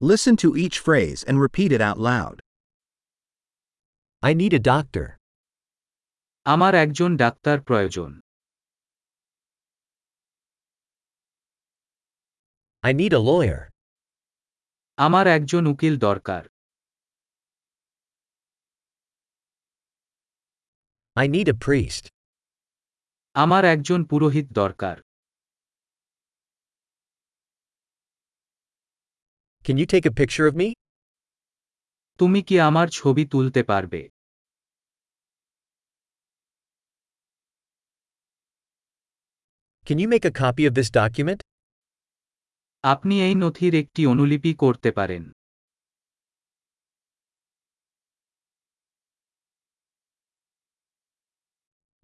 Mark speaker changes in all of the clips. Speaker 1: Listen to each phrase and repeat it out loud.
Speaker 2: I need a doctor.
Speaker 3: আমার একজন doctor প্রয়োজন
Speaker 2: I need a lawyer.
Speaker 3: আমার একজন উকিল দরকার
Speaker 2: I need a priest.
Speaker 3: আমার একজন পুরোহিত দরকার
Speaker 2: Can you take a picture of me?
Speaker 3: তুমি কি আমার ছবি তুলতে পারবে
Speaker 2: Can you make a copy of this document?
Speaker 3: আপনি এই নথির একটি অনুলিপি করতে পারেন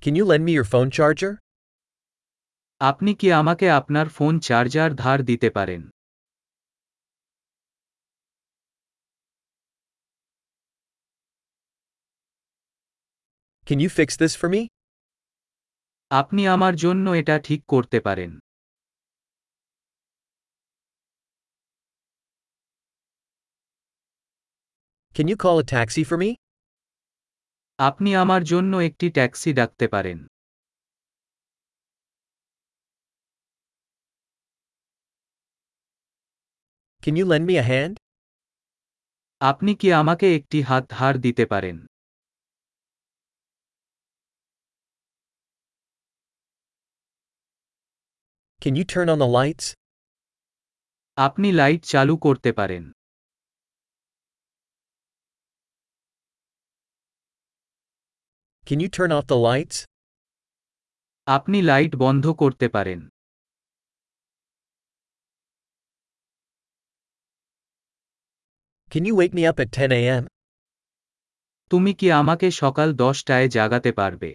Speaker 2: Can you lend me your phone charger?
Speaker 3: আপনি কি আমাকে আপনার ফোন চার্জার ধার দিতে পারেন
Speaker 2: Can you fix this for me?
Speaker 3: আপনি আমার জন্য এটা ঠিক করতে পারেন
Speaker 2: Can you call a taxi for me?
Speaker 3: আপনি আমার জন্য একটি ট্যাক্সি ডাকতে পারেন
Speaker 2: Can you lend me a hand?
Speaker 3: আপনি কি আমাকে একটি হাত ধার দিতে পারেন
Speaker 2: Can you turn on the lights?
Speaker 3: আপনি লাইট চালু করতে পারেন
Speaker 2: Can you turn off the lights?
Speaker 3: আপনি লাইট বন্ধ করতে পারেন
Speaker 2: Can you wake me up at 10 a.m.?
Speaker 3: তুমি কি আমাকে সকাল দশটায় জাগাতে পারবে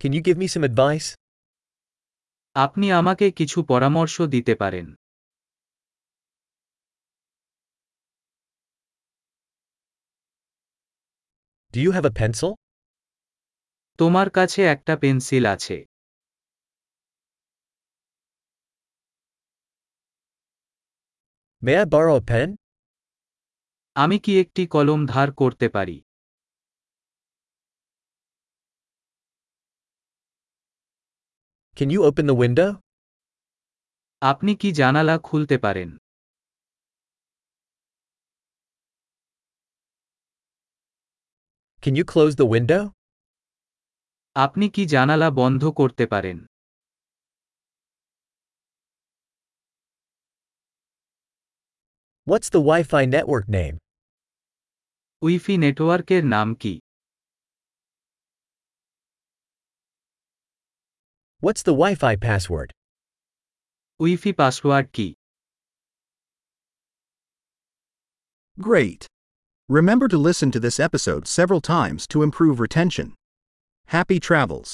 Speaker 2: Can you give me some advice?
Speaker 3: আপনি আমাকে কিছু পরামর্শ দিতে পারেন
Speaker 2: Do you have a pencil?
Speaker 3: তোমার কাছে একটা পেন্সিল আছে
Speaker 2: May I borrow a pen?
Speaker 3: আমি কি একটি কলম ধার করতে পারি
Speaker 2: Can you open the window?
Speaker 3: আপনি কি জানালা খুলতে পারেন
Speaker 2: Can you close the window?
Speaker 3: আপনি কি জানালা বন্ধ করতে পারেন
Speaker 2: What's the Wi Fi network name?
Speaker 3: Wifi নেটওয়ার্কের নাম কি
Speaker 2: What's the Wi Fi password?
Speaker 3: Wifi password কি
Speaker 1: Great! Remember to listen to this episode several times to improve retention. Happy travels!